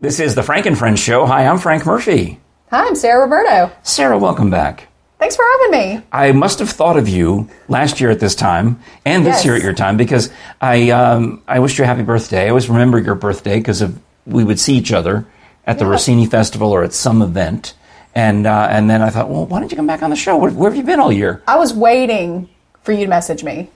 This is the Frank and Friends Show. Hi, I'm Frank Murphy. Hi, I'm Sarah Roberto. Sarah, welcome back. Thanks for having me. I must have thought of you last year at this time and this Yes. year at your time because I um, I wished you a happy birthday. I always remember your birthday because of we would see each other at the Rossini Festival or at some event, and uh, and then I thought, well, why don't you come back on the show? Where, where have you been all year? I was waiting for you to message me.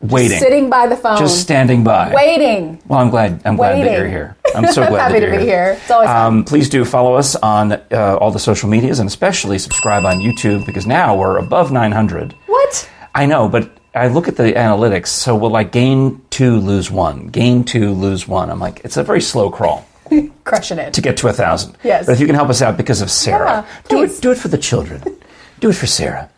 Waiting, Sitting by the phone. just standing by, waiting. Well, I'm glad. I'm glad that Waiting. you're here. I'm so glad Happy that you're to be here. It's always fun. Um, please do follow us on uh, all the social medias and especially subscribe on YouTube because now we're above 900. What? I know, but I look at the analytics. So we'll like gain two, lose one, gain two, lose one. I'm like, it's a very slow crawl Crushing it. to get to a thousand. Yes. But if you can help us out because of Sarah, Yeah, do please. it. Do it for the children. do it for Sarah.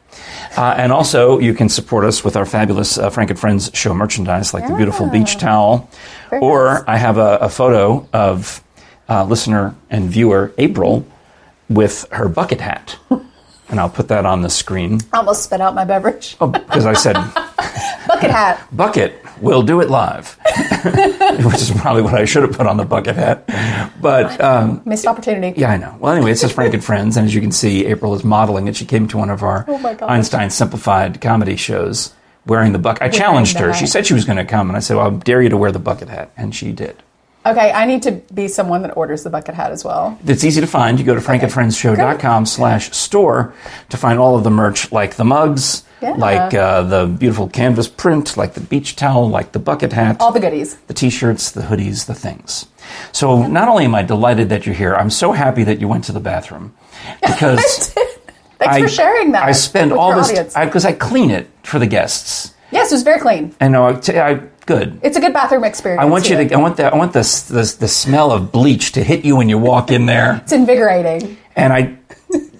Uh, and also, you can support us with our fabulous uh, Frank and Friends show merchandise, like the beautiful beach towel. or I have a, a photo of uh, listener and viewer April with her bucket hat, and I'll put that on the screen I almost spit out my beverage. Oh, because I said. Bucket hat. bucket we'll do it live which is probably what i should have put on the bucket hat but um, Missed opportunity. yeah i know well anyway it says frank and friends and as you can see april is modeling and she came to one of our Oh my gosh. einstein simplified comedy shows wearing the bucket i challenged the her she hat. said she was going to come and i said well i dare you to wear the bucket hat and she did Okay, I need to be someone that orders the bucket hat as well. it's easy to find. You go to frankandfriendsshow.com slash store to find all of the merch, like the mugs, Yeah. like uh, the beautiful canvas print, like the beach towel, like the bucket hat. All the goodies. the t-shirts, the hoodies, the things. So not only am I delighted that you're here, I'm so happy that you went to the bathroom because Thanks for sharing that. I spend with all your this audience. because I, clean it for the guests. yes, it was very clean. And I, t- I good. It's a good bathroom experience. I want you here. to. I want the. I want the, the the smell of bleach to hit you when you walk in there. It's invigorating. And I,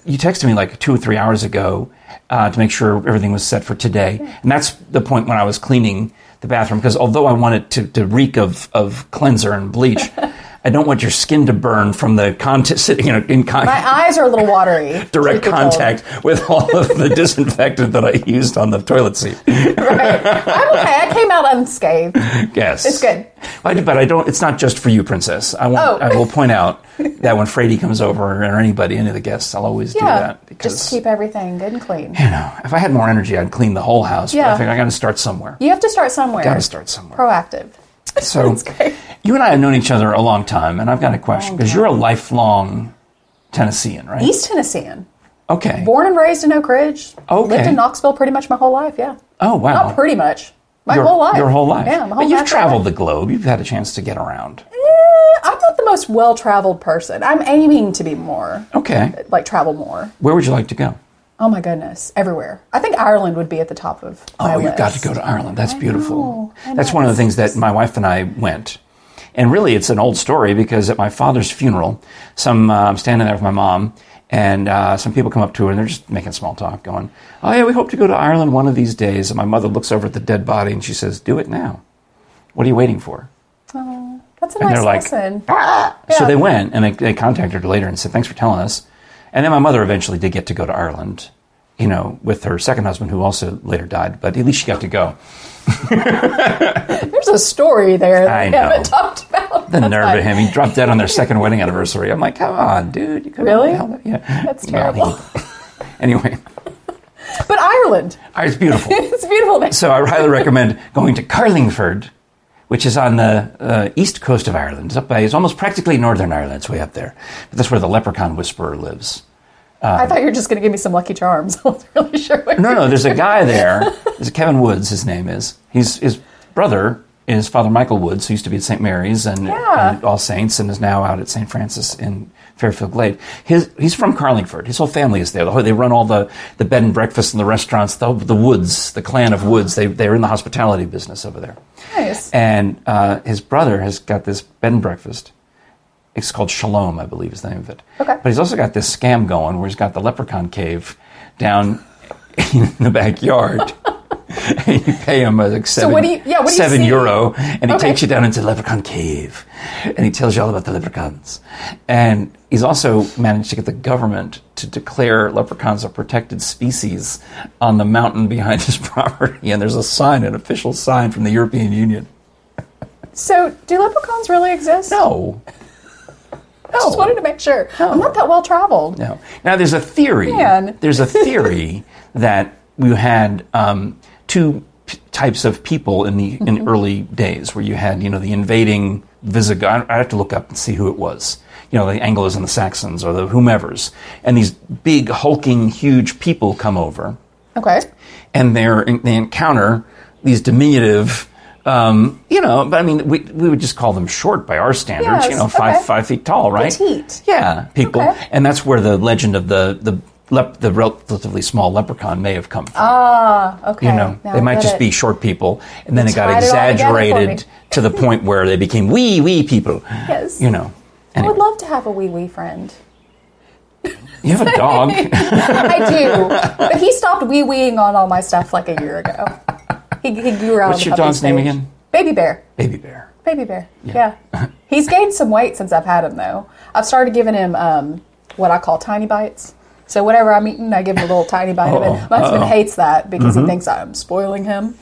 you texted me like two or three hours ago uh, to make sure everything was set for today. And that's the point when I was cleaning the bathroom because although I want it to, to reek of, of cleanser and bleach, I don't want your skin to burn from the contact, sitting, you know, in con- My eyes are a little watery. direct truth be told. contact with all of the disinfectant that I used on the toilet seat. Right. I'm okay. I came out unscathed. Yes, It's good. I do- but I don't. It's not just for you, Princess. I will. Oh. I will point out that when Frady comes over or anybody, any of the guests, I'll always do Yeah. that because Just keep everything good and clean. you know, if I had more energy, I'd clean the whole house. But I Yeah. think I got to start somewhere. You have to start somewhere. Got to start somewhere. Proactive. So, great. you and I have known each other a long time, and I've got a question because you're a lifelong Tennessean, right? East Tennessean. Okay. Born and raised in Oak Ridge. Okay. Lived in Knoxville pretty much my whole life, yeah. oh wow. Not pretty much. My your, whole life. Your whole life. Yeah, my whole But you've life. traveled the globe. You've had a chance to get around. Eh, I'm not the most well traveled person. I'm aiming to be more, Okay. like travel more. Where would you like to go? Oh my goodness, everywhere. I think Ireland would be at the top of my Oh, list. you've got to go to Ireland. That's beautiful. know. I That's know. one of the things that my wife and I went. And really, it's an old story because at my father's funeral, some uh, I'm standing there with my mom, and uh, some people come up to her and they're just making small talk, going, "Oh yeah, we hope to go to Ireland one of these days." And my mother looks over at the dead body and she says, "Do it now. What are you waiting for?" That's a And nice they're like, lesson. So Yeah. they went and they, they contacted her later and said, Thanks for telling us. And then my mother eventually did get to go to Ireland, you know, with her second husband, who also later died, but at least she got to go. There's a story there that I we know. haven't talked about. The nerve of him. He dropped dead on their second wedding anniversary. I'm like, come on, dude. You could've Really? held it." Yeah. That's Well, he- terrible. anyway, but Ireland, it's beautiful. it's a beautiful. nation. So I highly recommend going to Carlingford, which is on the uh, east coast of Ireland. It's up by, it's almost practically Northern Ireland. It's way up there. But that's where the leprechaun whisperer lives. I thought you were just going to give me some lucky charms. I was really sure. what uh, No, no, there's a guy there. There's Kevin Woods, his name is. He's his brother is Father Michael Woods, who used to be at St. Mary's and, Yeah. and All Saints and is now out at St. Francis in Fairfield Glade. His, he's from Carlingford. His whole family is there. The whole- They run all the, the bed and breakfast and the restaurants, the, the Woods, the clan of Woods. They, they're in the hospitality business over there. Nice. And uh, his brother has got this bed and breakfast. It's called Shalom, I believe is the name of it. Okay. But he's also got this scam going where he's got the leprechaun cave down in the backyard. and you pay him uh, like seven, what do you- yeah, what do you seven see? euro, and he Okay. takes you down into the leprechaun cave, and he tells you all about the leprechauns. And he's also managed to get the government to declare leprechauns a protected species on the mountain behind his property. And there's a sign, an official sign from the European Union. So, do leprechauns really exist? No. Just wanted to make sure. I'm not that well traveled. No. Now there's a theory. Man. There's a theory that you had um, two p- types of people in the in early days, where you had you know the invading Visigoth. I have to look up and see who it was. You know the Anglos and the Saxons or the whomevers, and these big hulking huge people come over Okay. and they're, they encounter these diminutive, um, you know, but I mean, we, we would just call them short by our standards, Yes, you know, five, okay. five feet tall, right? Petite. Yeah, people. Okay. And that's where the legend of the, the, lep, the relatively small leprechaun may have come from. Okay. you know, now they I might get just it. be short people, and then it got tied it all together for exaggerated me. to the point where they became wee, wee people. Yes. You know. I would Anyway, love to have a wee wee friend. you have a dog. I do, but he stopped wee weeing on all my stuff like a year ago. He, he grew out. What's of the your puppy dog's name stage. again? Baby bear. Baby bear. Baby bear. Yeah. He's gained some weight since I've had him though. I've started giving him um, what I call tiny bites. So whatever I'm eating, I give him a little tiny bite of Uh-oh. it. My husband Uh-oh. Mm-hmm. hates that because he thinks I'm spoiling him.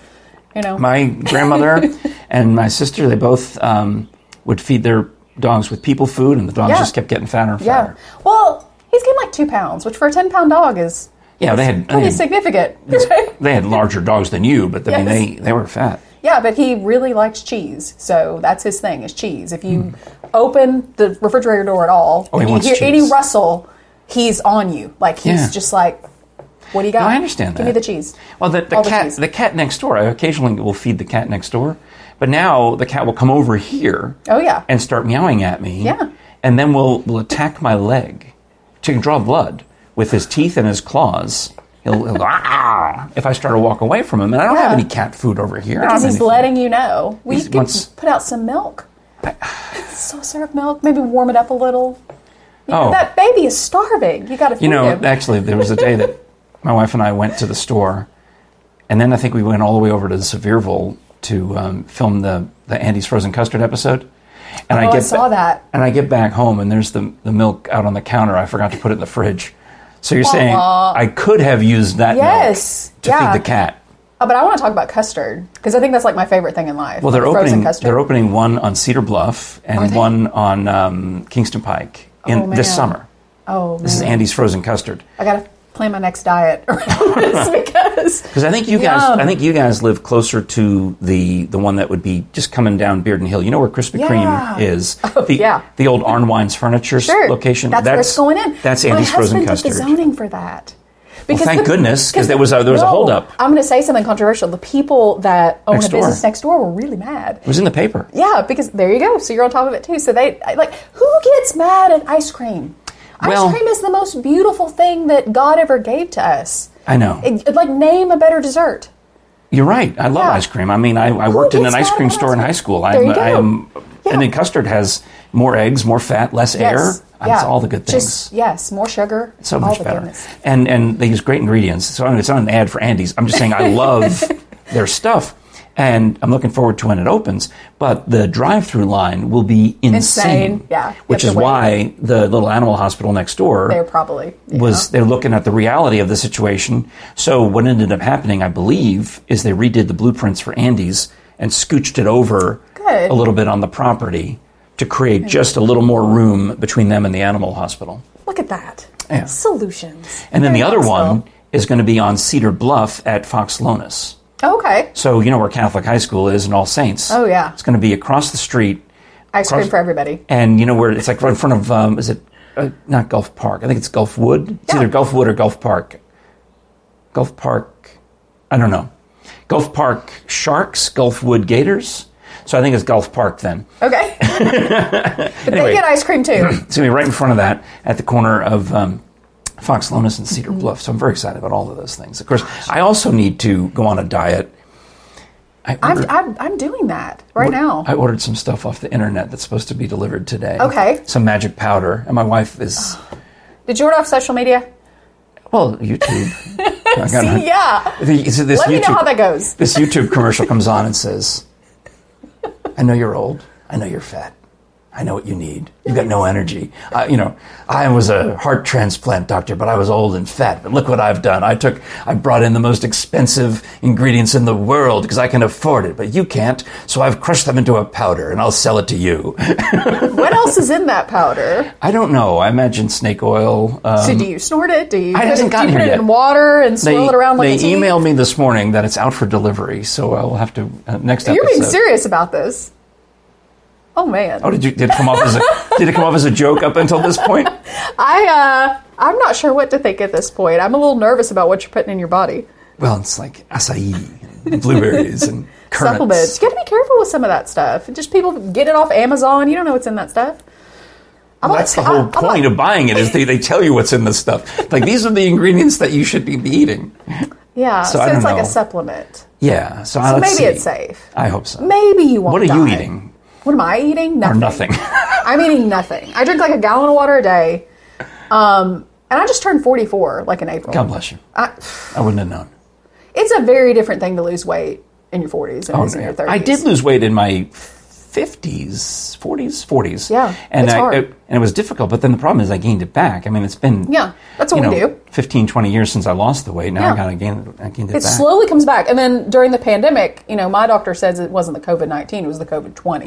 You know. my grandmother and my sister, they both um, would feed their dogs with people food, and the dogs Yeah. just kept getting fatter and yeah. fatter. Well, he's gained like two pounds, which for a ten pound dog is Yeah, they had pretty they had, significant. they had larger dogs than you, but I mean Yes. they, they were fat. Yeah, but he really likes cheese, so that's his thing is cheese. If you open the refrigerator door at all, Hmm. Oh, he and you wants hear any cheese. rustle, he's on you. Like he's Yeah. just like, "What do you got?" I understand that. Give me the cheese. Well, the, the All the cat cheese. the, cat next door. I occasionally will feed the cat next door, but now the cat will come over here. Oh, yeah. and start meowing at me. Yeah. and then will will attack my leg to draw blood with his teeth and his claws. He'll, he'll go, ah, if I start to walk away from him, and I don't have Yeah. any cat food over here. I don't Because have he's anything. letting you know. We He's- could once- put out some milk. so syrup milk, maybe warm it up a little. You know, Oh. that baby is starving. You got to feed You know, him. actually, there was a day that my wife and I went to the store, and then I think we went all the way over to Sevierville to um, film the, the Andy's Frozen Custard episode. And Oh, I saw that. And I get back home, and there's the, the milk out on the counter. I forgot to put it in the fridge. So you're saying I could have used that Yes, milk to yeah. feed the cat. Oh, but I want to talk about custard because I think that's like my favorite thing in life. Well, they're like frozen opening. custard. They're opening one on Cedar Bluff and they? one on um, Kingston Pike in Oh, this man. summer. oh, This is man. Andy's frozen custard. I gotta plan my next diet around this because Because I think you guys, Yum. I think you guys live closer to the the one that would be just coming down Bearden Hill. You know where Krispy Yeah. Oh, Kreme is? the, yeah. the old Arnwine's Furniture sure, location. That's, where it's going in. That's Andy's my husband frozen custard. did the zoning for that. Because thank goodness, 'cause there was a- there was a no, holdup. I'm going to say something controversial. The people that own Next a business door. next door were really mad. It was in the paper. Yeah, because there you go. So you're on top of it too. So they I- like who gets mad at ice cream? Well- ice cream is the most beautiful thing that God ever gave to us. I know. It- like name a better dessert. You're right. I love Yeah. ice cream. I mean, I, I worked in an gets ice mad cream about store in ice high cream? school. There I'm, you go. I'm, Yeah. and then custard has more eggs, more fat, less Yes. air. It's all the good things. Just, yes, more sugar. so all much the better. Oh, goodness. And and they use great ingredients. So I mean, it's not an ad for Andes. I'm just saying I love their stuff, and I'm looking forward to when it opens. But the drive-through line will be insane. Insane, yeah. You Which have is to wait. why the little animal hospital next door They're probably you was know. they're looking at the reality of the situation. So what ended up happening, I believe, is they redid the blueprints for Andes and scooched it over Good. Hmm. a little bit on the property to create just a little more room between them and the animal hospital. Look at that. Yeah. Solutions. And then Very the other nice, one is going to be on Cedar Bluff at Fox Lonis. though. Okay. So you know where Catholic High School is and All Saints. Oh, yeah. It's going to be across the street, Ice cream Cross- for everybody. and you know where it's like right in front of um, is it uh, not Gulf Park? I think it's Gulf Wood. It's Yeah. either Gulf Wood or Gulf Park. Gulf Park, I don't know. Gulf Park Sharks, Gulf Wood Gators. So I think it's Gulf Park then. Okay. but Anyway. they get ice cream too. It's going to be right in front of that at the corner of um, Fox Lonis and Cedar Bluff. So I'm very excited about all of those things. Of course, I also need to go on a diet. I I'm, ordered, I'm, I'm doing that right now. I ordered some stuff off the internet that's supposed to be delivered today. Okay. Some magic powder. And my wife is, Did you order off social media? well, YouTube. I got See, yeah. the- so this Let me YouTube, know how that goes. This YouTube commercial comes on and says, I know you're old. I know you're fat. I know what you need. You've got no energy. I, you know, I was a heart transplant doctor, but I was old and fat. But look what I've done. I took, I brought in the most expensive ingredients in the world because I can afford it, but you can't. So I've crushed them into a powder and I'll sell it to you. What else is in that powder? I don't know. I imagine snake oil. Um, so do you snort it? Do you I put hasn't it, do gotten you put here it yet. in water and swirl it around like they a tea? emailed me this morning that it's out for delivery, so I'll have to uh, next You're being episode. serious about this. Oh man. Oh, did you did it come off as a did it come off as a joke up until this point? I uh I'm not sure what to think at this point. I'm a little nervous about what you're putting in your body. Well, it's like acai, and blueberries, and currants. Supplements. You gotta be careful with some of that stuff. Just people get it off Amazon. You don't know what's in that stuff. I'm Well, not- That's the whole I'm not- point of buying it is they, they tell you what's in the stuff. Like these are the ingredients that you should be eating. Yeah, so, I it's don't like a know. supplement. Yeah. So, I maybe let's see. it's safe. I hope so. Maybe you won't. What are you die. eating? What am I eating? Nothing. Nothing. I'm eating nothing. I drink like a gallon of water a day. Um, and I just turned 44 like in April. God bless you. I, I wouldn't have known. it's a very different thing to lose weight in your 40s and it is in your 30s. Oh, I did lose weight in my 50s, 40s, 40s. Yeah, And, it's I, hard. It, and it was difficult, but then the problem is I gained it back. I mean, it's been. Yeah, that's what you we know, do. 15, 20 years since I lost the weight. Now I Yeah. got to gain I gained it It back. slowly comes back. And then during the pandemic, you know, my doctor says it wasn't the COVID 19, it was the COVID 20.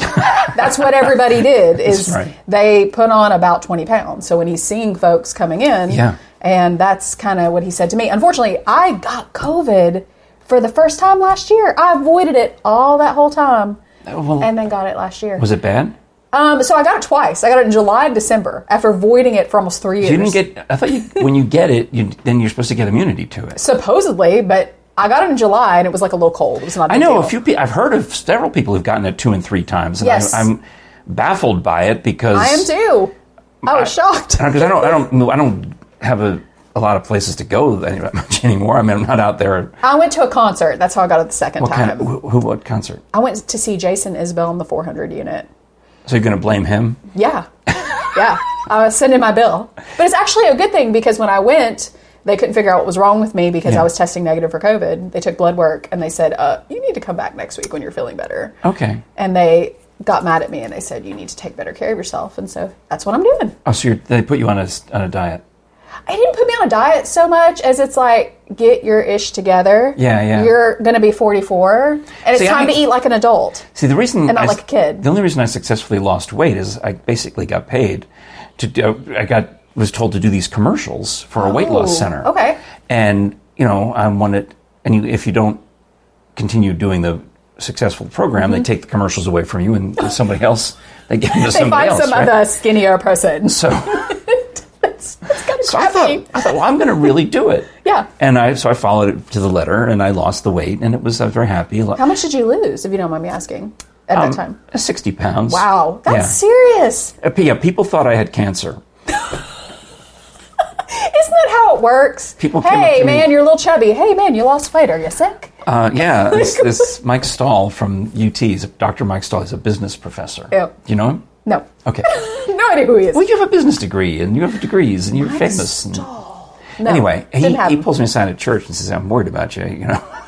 That's what everybody did is right. they put on about 20 pounds. So when he's seeing folks coming in, Yeah. and that's kind of what he said to me. Unfortunately, I got COVID for the first time last year. I avoided it all that whole time. well- and then got it last year. Oh. Was it bad? Um, so I got it twice. I got it in July and December after avoiding it for almost three years. You didn't get. I thought you, when you get it, you, then you're supposed to get immunity to it. supposedly, but I got it in July and it was like a little cold. It was not. I know deal. a few people. I've heard of several people who've gotten it two and three times, and Yes. I, I'm baffled by it because I am too. I was shocked. Because I don't, I don't, I don't have a, a lot of places to go any- much anymore. I mean, I'm not out there. I went to a concert. That's how I got it the second What time. kind of who, who- what concert? I went to see Jason Isbell in the 400 unit. So you're going to blame him? Yeah. yeah. I was sending my bill. But it's actually a good thing because when I went, they couldn't figure out what was wrong with me because Yeah. I was testing negative for COVID. They took blood work and they said, uh, you need to come back next week when you're feeling better. Okay. And they got mad at me and they said, you need to take better care of yourself. And so that's what I'm doing. Oh, so you're, they put you on a s- on a diet? it didn't put me on a diet so much as it's like get your ish together. Yeah, yeah. You're gonna be 44, and it's See, I time to think- eat like an adult. See, the reason And not I s- like a kid. The only reason I successfully lost weight is I basically got paid to do. I got was told to do these commercials for a weight loss Ooh, center. okay. And you know, I wanted, and you, if you don't continue doing the successful program, they take the commercials away from you, and to somebody else they give them to Mm-hmm. They somebody find else. some right? other skinnier person. So, It's kind of so I thought, crappy. I thought, well, I'm going to really do it. Yeah. And I so I followed it to the letter, and I lost the weight, and it was I was very happy. Uh, How much did you lose, if you don't mind me asking, at that time? Sixty pounds. Wow, that's Um, yeah. serious. Uh, Yeah, people thought I had cancer. Isn't that how it works? People came up hey to me- man, you're a little chubby. Hey man, you lost weight. Are you sick? Uh, yeah, this, this Mike Stahl from UT, is- Dr. Mike Stahl, is a business professor. Yep. Do you know him? No, Okay. no idea who he is. Well, you have a business degree and you have degrees and you're famous. and- No, anyway, he, didn't he happen. pulls me aside at church and says, I'm worried about you, you know.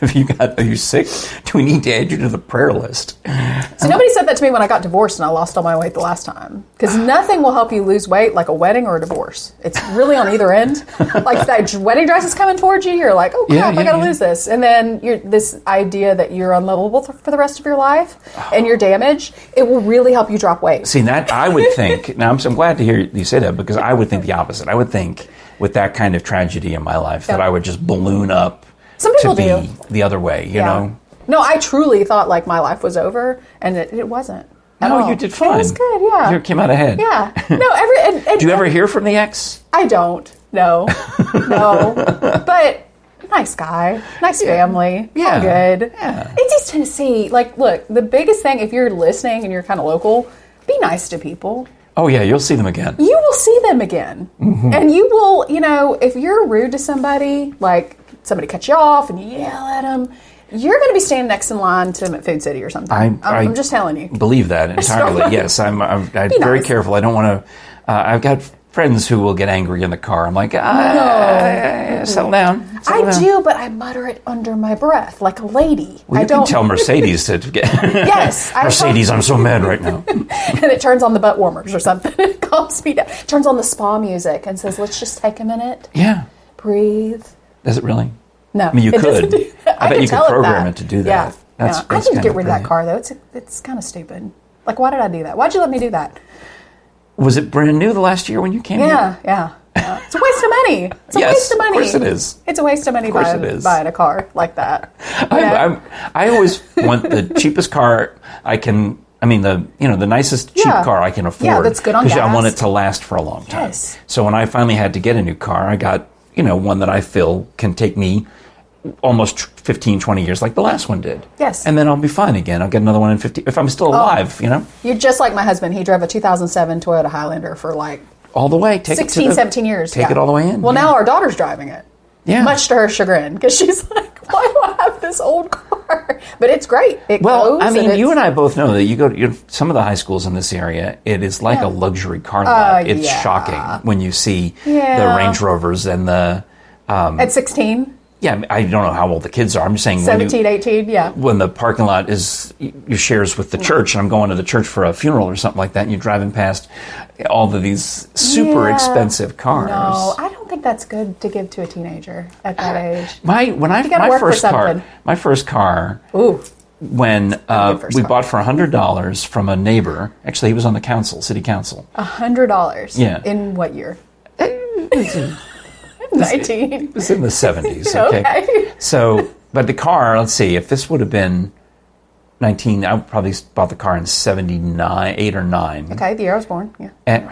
Have you got, are you sick? Do we need to add you to the prayer list? So nobody said that to me when I got divorced and I lost all my weight the last time. Because nothing will help you lose weight like a wedding or a divorce. It's really on either end. Like if that j- wedding dress is coming towards you, you're like, oh crap, Yeah, yeah, I gotta yeah. lose this. And then you're, this idea that you're unlovable th- for the rest of your life and you're damaged, it will really help you drop weight. Oh. See, that I would think, now I'm, so- I'm glad to hear you say that because I would think the opposite. I would think with that kind of tragedy in my life that Yeah. I would just balloon up Some people to be do. the other way, you Yeah. know? No, I truly thought like my life was over and it, it wasn't. at No, all. you did fine. Oh, It was good, yeah. You came out ahead. yeah. No, every. And, and Do you ever hear from the ex? I don't. No, no. but nice guy, nice family, all Yeah. good. Yeah. It's East Tennessee. Like, look, the biggest thing if you're listening and you're kind of local, be nice to people. Oh yeah, you'll see them again. You will see them again, Mm-hmm. and you will, you know, if you're rude to somebody, like somebody cut you off and you yell at them. You're going to be standing next in line to them at Food City or something. I- I'm, I- I'm just telling you. Believe that entirely. yes, I'm. I'm, I'm very nice. careful. I don't want to. Uh, I've got friends who will get angry in the car. I'm like, ah, settle down. settle Mm-hmm. I down." do, but I mutter it under my breath like a lady. Well, I you don't can tell Mercedes to get Yes, I Mercedes. I'm so mad right now. and it turns on the butt warmers or something. it calms me down. Turns on the spa music and says, "Let's just take a minute, Yeah, breathe." Does it really? No, I mean, you could. I bet you could tell program that. it to do that. Yeah, That's- yeah. that's I didn't kinda get rid of that brilliant. car though. It's it's kind of stupid. Like, why did I do that? Why'd you let me do that? Was it brand new the last year when you came? here? Yeah, yeah. yeah. It's a waste of money. It's a Yes, waste of of money. course it is. It's a waste of money course buying, it is. buying a car like that. I, Yeah. I'm, I always want the cheapest car I can. I mean, the you know the nicest cheap Yeah. car I can afford. that's good on 'cause I gas. want it to last for a long time. Yes. So when I finally had to get a new car, I got you know one that I feel can take me almost 15, 20 years, like the last one did. Yes. Oh. And then I'll be fine again. I'll get another one in fifty if I'm still alive. You know, You're just like my husband. He drove a 2007 Toyota Highlander for like all the way. Take it 16, to the, 17 years. Take yeah. it all the way in. Well, yeah. now our daughter's driving it. Yeah. Much to her chagrin, because she's like, why do I have this old car? But it's great. It Well, goes I mean, it's- you and I both know that you go to you know, some of the high schools in this area. It is like a luxury car lot. it's Uh, yeah. shocking when you see the Yeah. Range Rovers and the At 16, yeah. I don't know how old the kids are. I'm just saying when, you- 17, 18, yeah. when the parking lot is you shares with Mm-hmm. the church, and I'm going to the church for a funeral or something like that, and you're driving past all of these super Yeah. expensive cars. No, I don't think that's good to give to a teenager at that age. my when I gotta my work for first car, something. my first car. Ooh. when uh, first we car. bought for hundred dollars from a neighbor. Actually, he was on the council, city council. $100. Yeah. Eh, In what year? 19. It's in the seventies. Okay. Okay. So, but the car. Let's see. If this would have been nineteen, I probably bought the car in 79, 8 or nine. Okay, the year I was born. Yeah. And,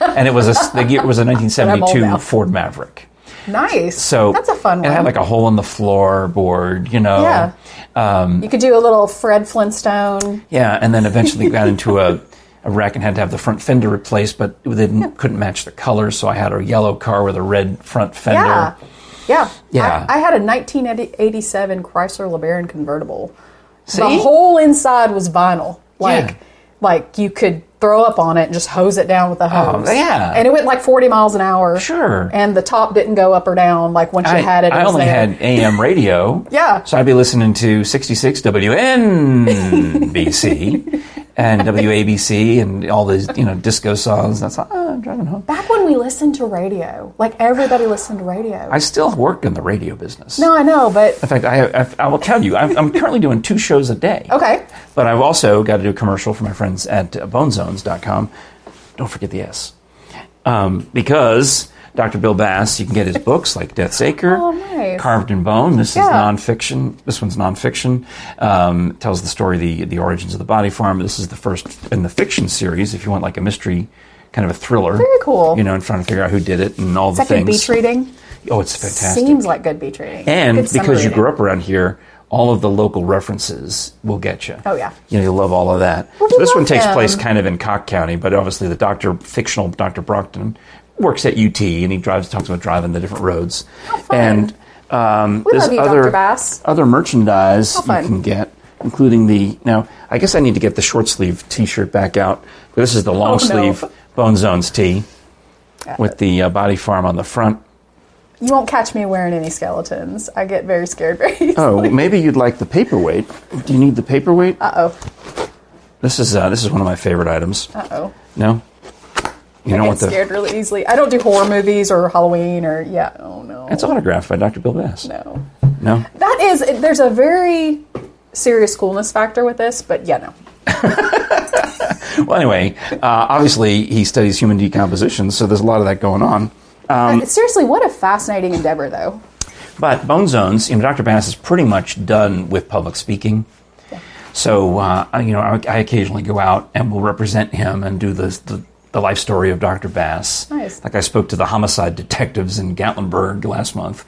and it was a the year- it was a nineteen seventy old two now. Ford Maverick. Nice. So that's a fun one. It had like a hole in the floorboard, you know. yeah. you could do a little Fred Flintstone. Yeah, and then eventually got into a, a wreck and had to have the front fender replaced, but they didn't, couldn't match the colors, so I had a yellow car with a red front fender. Yeah. Yeah. Yeah. I, I had a 1987 Chrysler LeBaron convertible. The See? whole inside was vinyl. Like Yeah. like you could throw up on it and just hose it down with a hose. Oh, yeah. And it went like 40 miles an hour. Sure. And the top didn't go up or down like once you I, had it. it I was only there. had AM radio. Yeah. So I'd be listening to 66 WNBC and WABC and all these, you know, disco songs. That's like, oh, I'm driving home. Back when we listened to radio, like everybody listened to radio. I still work in the radio business. no, I know, but In fact, I, I, I will tell you, I'm, I'm currently doing two shows a day. okay. But I've also got to do a commercial for my friends at uh, bonezones.com. Don't forget the S. Um, because Dr. Bill Bass, you can get his books like Death's Acre, Oh, nice. Carved in Bone. This Yeah. is nonfiction. This one's nonfiction. Um, tells the story, the, the origins of the body farm. This is the first in the fiction series, if you want like a mystery, kind of a thriller. Very cool. You know, and trying to figure out who did it and all the That good things. beach reading. Oh, it's fantastic. Seems like good beach reading. And Good summer because you reading. grew up around here, all of the local references will get you. Oh, yeah. You know, you'll love all of that. we so this one love takes them. place kind of in Cock County, but obviously the doctor, fictional Dr. Brockton, works at UT and he drives, talks about driving the different roads. fun. And um, We there's love you, other, Dr. Bass. other merchandise you fun. can get, including the. Now, I guess I need to get the short sleeve t shirt back out. This is the long Oh, no. sleeve Bone Zones tee with the uh, body farm on the front. You won't catch me wearing any skeletons. I get very scared very easily. Oh, maybe you'd like the paperweight. Do you need the paperweight? Uh-oh. This is uh, this is one of my favorite items. Uh-oh. No, you I don't get want the. scared really easily. I don't do horror movies or Halloween or, yeah, oh no. It's autographed by Dr. Bill Bass. no. No, That is, there's a very serious coolness factor with this, but yeah, no. Well, anyway, uh, obviously he studies human decomposition, so there's a lot of that going on. Um, Uh, Seriously, what a fascinating endeavor, though. But Bone Zones, you know, Dr. Bass is pretty much done with public speaking. So, uh, I- you know, I, I occasionally go out and will represent him and do the, the, the life story of Dr. Bass. Nice. Like I spoke to the homicide detectives in Gatlinburg last month.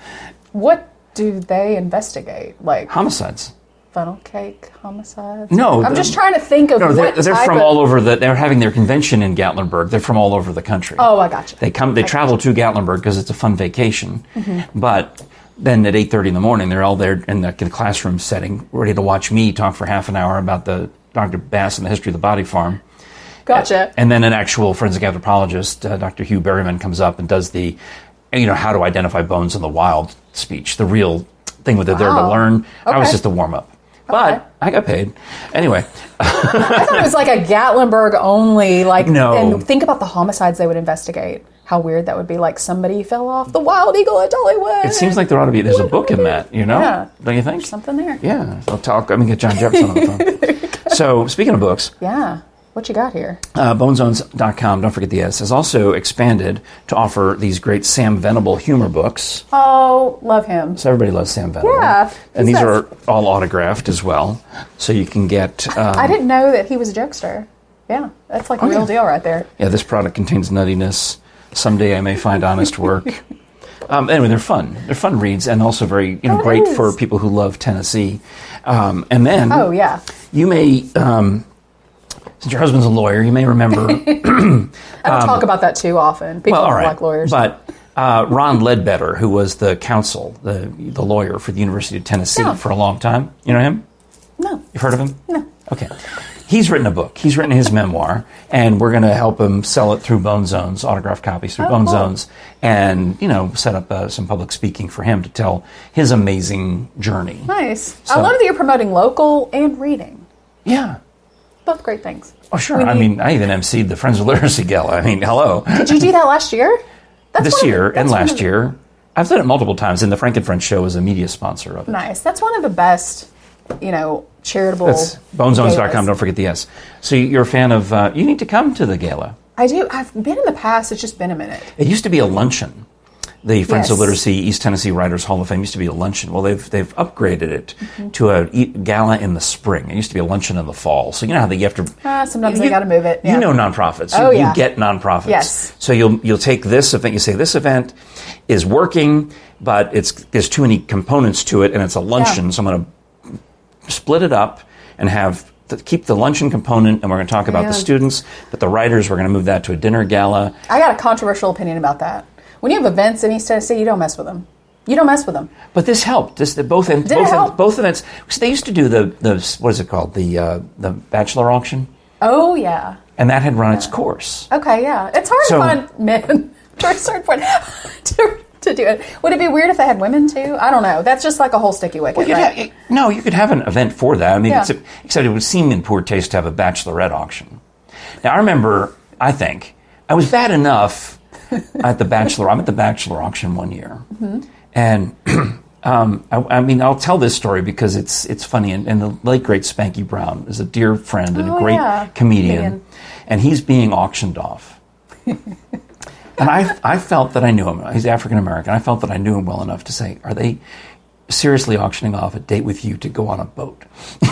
What do they investigate? Like Homicides. funnel cake homicides? No, I'm the- just trying to think of No, they're, what they're type from of- all over the. They're having their convention in Gatlinburg. They're from all over the country. Oh, I gotcha. They come. They travel to Gatlinburg because it's a fun vacation. Mm-hmm. But then at eight thirty in the morning, they're all there in the, in the classroom setting, ready to watch me talk for half an hour about the Dr. Bass and the history of the body farm. Gotcha. And then an actual forensic anthropologist, uh, Dr. Hugh Berryman, comes up and does the, you know, how to identify bones in the wild speech, the real thing that they're there to Wow. learn. I was Okay. just a warm up. But I got paid. Anyway, I thought it was like a Gatlinburg only. Like, No. And think about the homicides they would investigate. How weird that would be! Like somebody fell off the wild eagle at Dollywood. it seems like there ought to be, there's a book in that, you know? Yeah. Don't you think? something there. Yeah. I'll talk, I mean, get John Jefferson on the phone. so, speaking of books, Yeah. What you got here? uh, bonezones.com, don't forget the S, has also expanded to offer these great Sam Venable humor books. Oh, love him. So everybody loves Sam Venable. Yeah, And he's these the- are all autographed as well. So you can get, um, Oh, I didn't know that he was a jokester. Yeah, that's like a real yeah. deal right there. yeah, this product contains nuttiness. Someday I may find honest work. Um, anyway, they're fun. They're fun reads and also very you know, Oh, it great is. for people who love Tennessee. Um, and then Oh yeah. you may, um, since your husband's a lawyer, you may remember I don't talk about that too often. People Um, Well, all don't right. like lawyers. But uh, Ron Ledbetter, who was the counsel, the, the lawyer for the University of Tennessee Yeah. for a long time, you know him? no. You've heard of him? No. Okay. He's written a book. He's written his memoir, and we're going to help him sell it through Bone Zones, autographed copies through Oh, Bone cool. Zones, and you know, set up uh, some public speaking for him to tell his amazing journey. Nice. I So- love that you're promoting local and reading. Yeah. Both great things. Oh, sure. We I need- mean, I even emceed the Friends of Literacy Gala. I mean, hello. Did you do that last year? That's this one of the- year that's and one of last the- year. I've done it multiple times, and the Frank and Friends show was a media sponsor of it. Nice. That's one of the best, you know, charitable. That's bonezones.com. galas. Don't forget the S. So you're a fan of, uh, you need to come to the gala. I do. I've been in the past. It's just been a minute. It used to be a luncheon. The Friends of Yes. Literacy East Tennessee Writers Hall of Fame used to be a luncheon. Well, they've, they've upgraded it Mm-hmm. to a e- gala in the spring. It used to be a luncheon in the fall. So you know how they, you have to. Ah, sometimes they you- gotta move it, yeah. You know nonprofits. Oh, you, yeah. you get nonprofits. Yes. So you'll, you'll take this event, you say, this event is working, but it's, there's too many components to it, and it's a luncheon, so I'm going to split it up and have the, keep the luncheon component, and we're going to talk about Yeah. the students, but the writers, we're going to move that to a dinner gala. I got a controversial opinion about that. When you have events in East Tennessee, you don't mess with them. You don't mess with them. But this helped. This, the, both, and it both, help? both events. So they used to do the, the what is it called? The, uh, the bachelor auction, Oh yeah. and that had run its course. Okay. Yeah. It's hard So- to find men to a certain point to, to do it. Would it be weird if they had women too? I don't know. That's just like a whole sticky wicket. You'd right? have- it- no, you could have an event for that. I mean, Yeah. it's a, except it would seem in poor taste to have a bachelorette auction. Now, I remember, I think, I was bad enough at the bachelor. I'm at the bachelor auction one year. And um, I, I mean, I'll tell this story because it's, it's funny. And, and the late, great Spanky Brown is a dear friend and Oh, a great yeah. comedian. Man. And he's being auctioned off. and I, I felt that I knew him. He's African American. I felt that I knew him well enough to say, are they seriously auctioning off a date with you to go on a boat?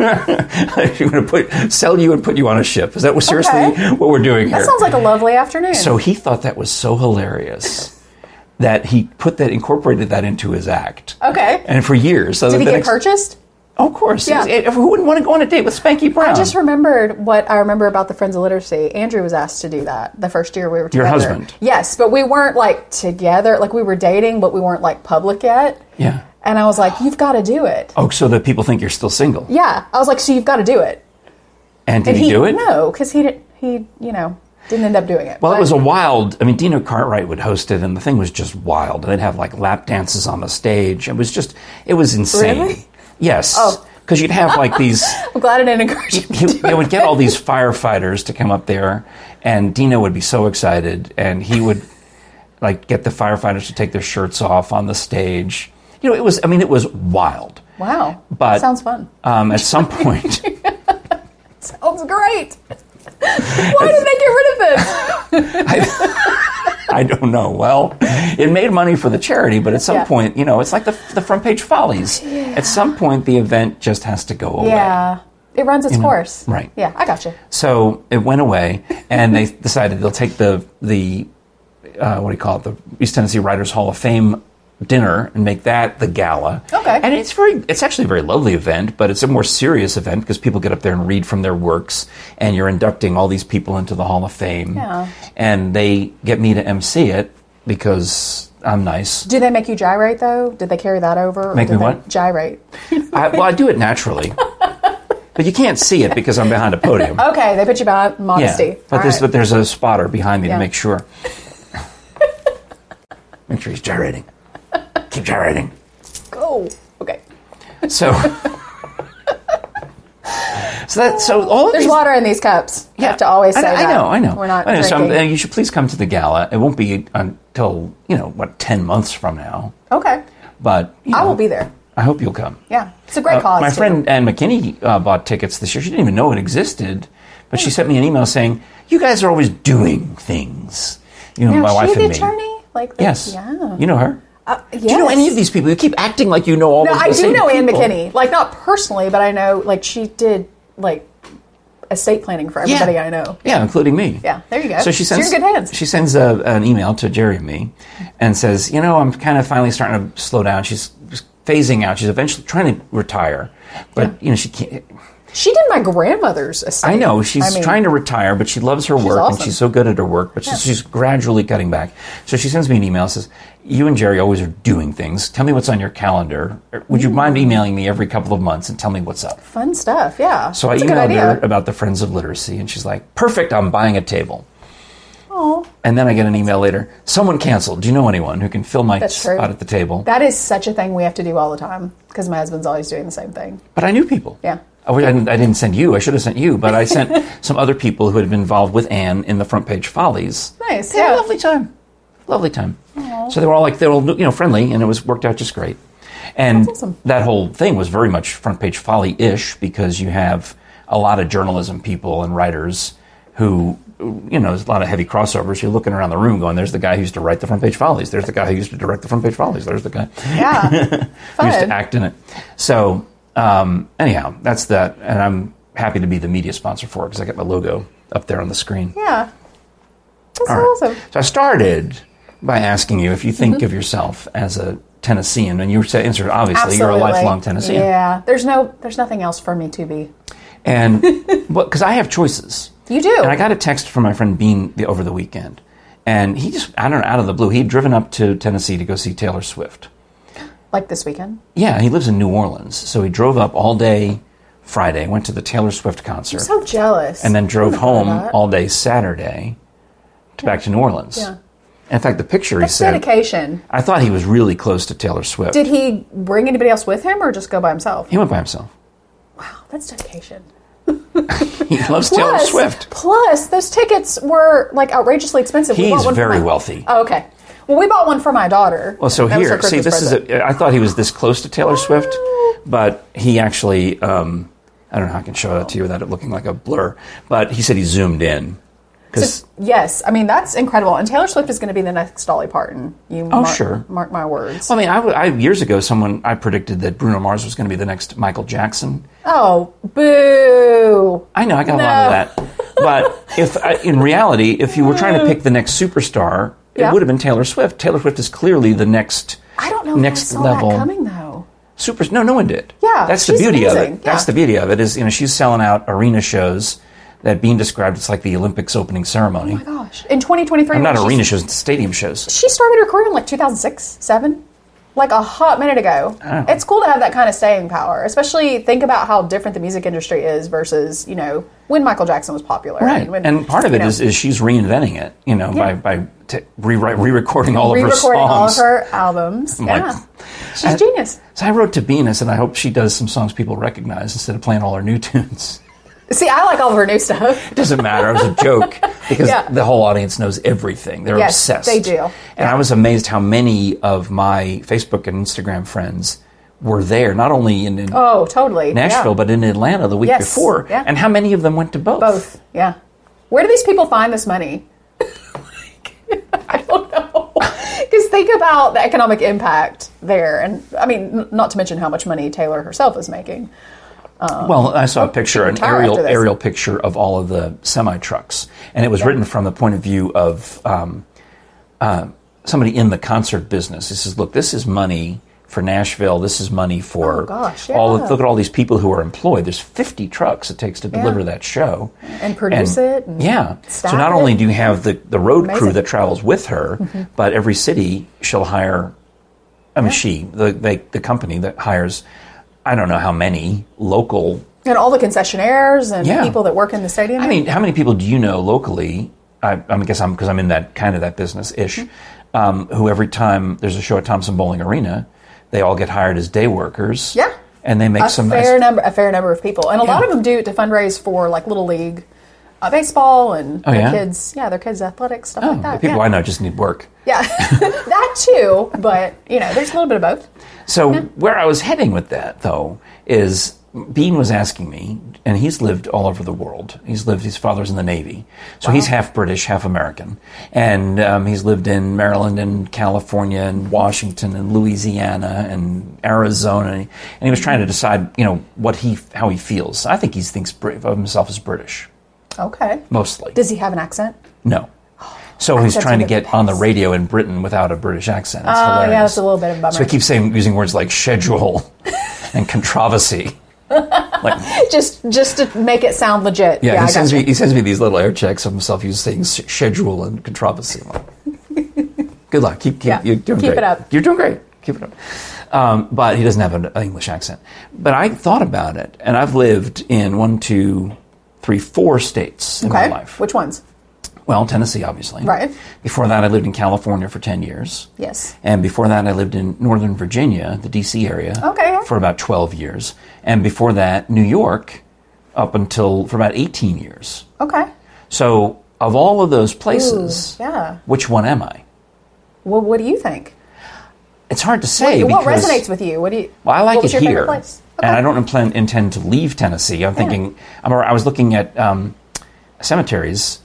You're going to put sell you and put you on a ship. Is that what- seriously Okay. what we're doing here? That sounds like a lovely afternoon. so he thought that was so hilarious that he put that incorporated that into his act. Okay. And for years, so Did that he the get next- purchased? Of course, Yeah. It- it- who wouldn't want to go on a date with Spanky Brown? I just remembered what I remember about the Friends of Literacy. Andrew was asked to do that the first year we were together. husband? Yes, but we weren't like together. Like we were dating, but we weren't like public yet. yeah. And I was like, you've got to do it. Oh, so that people think you're still single. Yeah. I was like, so you've got to do it. And did he, do it? No, because he didn't, he, you know, didn't end up doing it. Well, it But- was a wild. I mean, Dino Cartwright would host it, and the thing was just wild. And they'd have like lap dances on the stage. It was just, it was insane. Really? Yes. Oh. Because you'd have like these. I'm glad I didn't encourage him. he, they would get all these firefighters to come up there, and Dino would be so excited, and he would like get the firefighters to take their shirts off on the stage. You know, it was. I mean, it was wild. Wow. But Sounds fun. Um, at some point, Sounds great. Why did they get rid of this? I, I don't know. Well, it made money for the charity, but at some Yeah. point, you know, it's like the, the front page follies. At some point, the event just has to go away. Yeah. It runs its course. right. Yeah, I got you. So it went away, and they decided they'll take the the uh, what do you call it the East Tennessee Writers Hall of Fame dinner and make that the gala. Okay. And it's very it's actually a very lovely event, but it's a more serious event because people get up there and read from their works, and you're inducting all these people into the Hall of Fame. Yeah. And they get me to MC it because I'm nice. Do they make you gyrate though? Did they carry that over? Or Make did me they what? Gyrate. I, well, I do it naturally. But you can't see it because I'm behind a podium. Okay, they put you behind modesty. Yeah, but All there's right. but there's a spotter behind me Yeah. to make sure. make sure he's gyrating. Keep gyrating. go. Okay. So. So that so all of There's these, water in these cups. You have to always I, say I that. know, I know. We're not I know. So I'm- drinking. uh, you should please come to the gala. It won't be until you know what ten months from now, okay. but you I know, will be there. I hope you'll come. Yeah. It's a great Uh, cause. My too. friend Ann McKinney uh, bought tickets this year. She didn't even know it existed, but Hmm. she sent me an email saying, "You guys are always doing things." You know, Now, my is wife she and the me. attorney? Like the, Yes. Yeah. You know her. Uh, yes. Do you know any of these people? You keep acting like you know all. No, of I the do same know Anne people. McKinney. Like not personally, but I know like she did like estate planning for Yeah. everybody I know. Yeah, including me. Yeah, there you go. So she So sends you're in good hands. she sends a, an email to Jerry and me, and says, you know, I'm kind of finally starting to slow down. She's phasing out. She's eventually trying to retire, but you know she can't. She did my grandmother's estate. I know she's I mean, trying to retire, but she loves her work and awesome. she's so good at her work. But she's, she's gradually cutting back. So she sends me an email says, "You and Jerry always are doing things. Tell me what's on your calendar. Would you mind emailing me every couple of months and tell me what's up?" fun stuff. Yeah. So I It's a good emailed idea. her about the Friends of Literacy, and she's like, "Perfect. I'm buying a table." Oh, And then I get an email later. Someone canceled. Do you know anyone who can fill my That's true. spot at the table? that is such a thing we have to do all the time because my husband's always doing the same thing. But I knew people. Yeah. I, wish I, didn't, I didn't send you. I should have sent you, but I sent some other people who had been involved with Anne in the front page follies. Nice, They had a yeah. Oh, lovely time. Lovely time. So they were all like they were all, you know friendly, and it was worked out just great. And awesome. that whole thing was very much front page folly ish because you have a lot of journalism people and writers who you know there's a lot of heavy crossovers. You're looking around the room going, "There's the guy who used to write the front page follies. There's the guy who used to direct the front page follies. There's the guy." Yeah. I used fun. to act in it. So um, anyhow, that's that, and I'm happy to be the media sponsor for it because I got my logo up there on the screen. yeah. That's All right. awesome. So I started by asking you if you think of yourself as a Tennessean, and you said, answered, obviously, Absolutely. you're a lifelong Tennessean, Yeah. There's no. There's nothing else for me to be. and because I have choices. You do. And I got a text from my friend Bean the, over the weekend, and he just I don't know out of the blue he'd driven up to Tennessee to go see Taylor Swift. like this weekend. Yeah, he lives in New Orleans, so he drove up all day Friday, went to the Taylor Swift concert, So jealous. and then drove home that. all day Saturday to back to New Orleans. Yeah. In fact, the picture he That's said, dedication. I thought he was really close to Taylor Swift. Did he bring anybody else with him, or just go by himself? He went by himself. Wow, that's dedication. He loves Taylor Plus, Swift. plus, those tickets were like outrageously expensive. We He's bought one for very my- wealthy. Oh, okay. Well, we bought one for my daughter. Well, so That was her here, see, Christmas this present. Ah. is. A, I thought he was this close to Taylor Swift, but he actually. Um, I don't know how I can show that to you without it looking like a blur. But he said he zoomed in because Yes, I mean that's incredible, and Taylor Swift is going to be the next Dolly Parton. You Oh, mark, sure. mark my words. I mean, I, w- I- years ago, someone I predicted that Bruno Mars was going to be the next Michael Jackson. Oh, boo! I know I got a lot of that, but if I, in reality, if you were trying to pick the next superstar, Yeah. it would have been Taylor Swift. Taylor Swift is clearly the next. I don't know. Next if I saw level. that coming though. Oh Super. No, no one did. Yeah, that's the she's beauty of it. amazing, yeah. That's the beauty of it is you know she's selling out arena shows that being described it's like the Olympics opening ceremony. Oh my gosh! In 2023, Not when she- arena shows, it's stadium shows. she started her career in like 2006, 7, like a hot minute ago. Oh. It's cool to have that kind of staying power, especially think about how different the music industry is versus, you know, when Michael Jackson was popular. Right, when- and part of you it know, is, is she's reinventing it, you know, Yeah. by by t- rewrite, re-recording all of her songs. re-recording all of her albums. like- yeah. She's I- genius. So I wrote to Bean. I said, I hope she does some songs people recognize instead of playing all her new tunes. See, I like all of her new stuff. It doesn't matter. It was a joke because Yeah. the whole audience knows everything. They're Yes, obsessed. they do. And I was amazed how many of my Facebook and Instagram friends were there, not only in, in Oh, totally. Nashville, yeah. but in Atlanta the week Yes, before. yeah. And how many of them went to both? both. Yeah. Where do these people find this money? I don't know. Because think about the economic impact there, and I mean, n- not to mention how much money Taylor herself is making. Well, I saw a picture, an retire aerial Oh, after this. aerial picture of all of the semi trucks, and it was written from the point of view of um, uh, somebody in the concert business. This is look, this is money for Nashville. This is money for Oh, gosh, all. yeah. Of, look at all these people who are employed. There's 50 trucks it takes to deliver that show And produce it and yeah. So staff not it. only do you have the the road crew Amazing. Mm-hmm. that travels with her, but every city she'll hire I mean, she, the, they, the company that hires, I don't know how many local And all the concessionaires and Yeah. people that work in the stadium. I mean, how many people do you know locally? I, I guess I'm because I'm in that kind of that business ish. Mm-hmm. Um, who every time there's a show at Thompson Bowling Arena, they all get hired as day workers. Yeah. and they make a some fair nice. number, a fair number of people, and a lot of them do it to fundraise for like little league uh, baseball and Oh, their yeah? kids, yeah, their kids' athletics stuff Oh, like the that. people yeah, I know just need work. yeah. that too. But you know, there's a little bit of both. So where I was heading with that, though, is Bean was asking me, and he's lived all over the world. He's lived. His father's in the Navy, so he's half British, half American, and um, he's lived in Maryland and California and Washington and Louisiana and Arizona. And he was trying to decide, you know, what he how he feels. I think he thinks Brit- of himself as British Okay. mostly. Does he have an accent? no. So he's Accents trying to are Oh, the get on the best. radio in Britain without a British accent. It's Oh hilarious. yeah, that's a little bit of a bummer. So he keeps saying using words like schedule and controversy. Like just just to make it sound legit. yeah, I he sends gotcha. me he sends me these little air checks of himself using things s- schedule and controversy. I'm like, Good luck. Keep keep Yeah. you're doing Keep great. it up. You're doing great. Keep it up. Um, but he doesn't have an English accent. But I thought about it, and I've lived in one, two, three, four states in Okay. my life. Which ones? Well, Tennessee, obviously. Right. Before that, I lived in California for 10 years. Yes. And before that, I lived in Northern Virginia, the D.C. area, Okay, yeah. for about 12 years. And before that, New York, up until for about 18 years. Okay. So, of all of those places, yeah. which one am I? Well, what do you think? It's hard to say. what because- resonates with you? What do you? Well, I like what was it your here, Favorite place? Okay. and I don't plan, intend to leave Tennessee. I'm thinking. I'm, I was looking at um, cemeteries.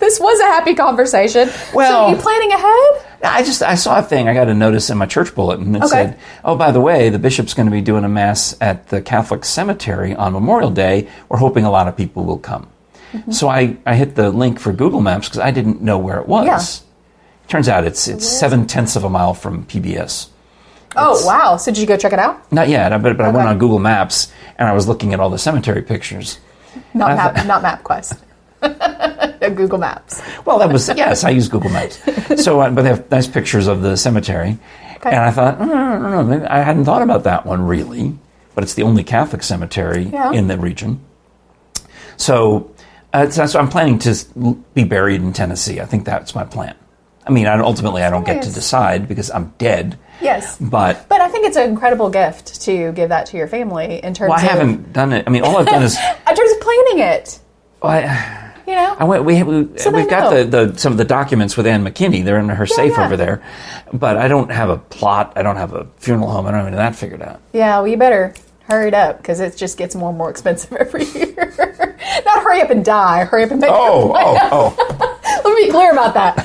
This was a happy conversation. Well- so you planning ahead? I just I saw a thing. I got a notice in my church bulletin that Okay. said, "Oh, by the way, the bishop's going to be doing a mass at the Catholic cemetery on Memorial Day. We're hoping a lot of people will come." Mm-hmm. So I, I hit the link for Google Maps because I didn't know where it was. Turns out it's it's seven tenths of a mile from PBS. Oh wow! So did you go check it out? Not yet, I- but, but I went Okay. on Google Maps and I was looking at all the cemetery pictures. Not map, not MapQuest. Google Maps. Well, that was yes. I use Google Maps. So, uh, but they have nice pictures of the cemetery, and I thought, mm, I don't know, maybe- I hadn't thought about that one really, but it's the only Catholic cemetery Yeah. in the region. So, uh, so that's- I'm planning to s- l- be buried in Tennessee. I think that's my plan. I mean, I, ultimately, I don't get to Nice. decide because I'm dead. Yes. But But I think it's an incredible gift to give that to your family in terms well, I of haven't done it. I mean, all I've done is in terms of planning it. well, I, You know, I went, we, we, they we've got know. the, the, some of the documents with Anne McKinney. They're in her safe yeah. over there. But I don't have a plot. I don't have a funeral home. I don't have any of that figured out. yeah. Well, you better hurry it up because it just gets more and more expensive every year. Not hurry up and die. Hurry up and make. Oh, oh, oh. Your, let me be clear about that.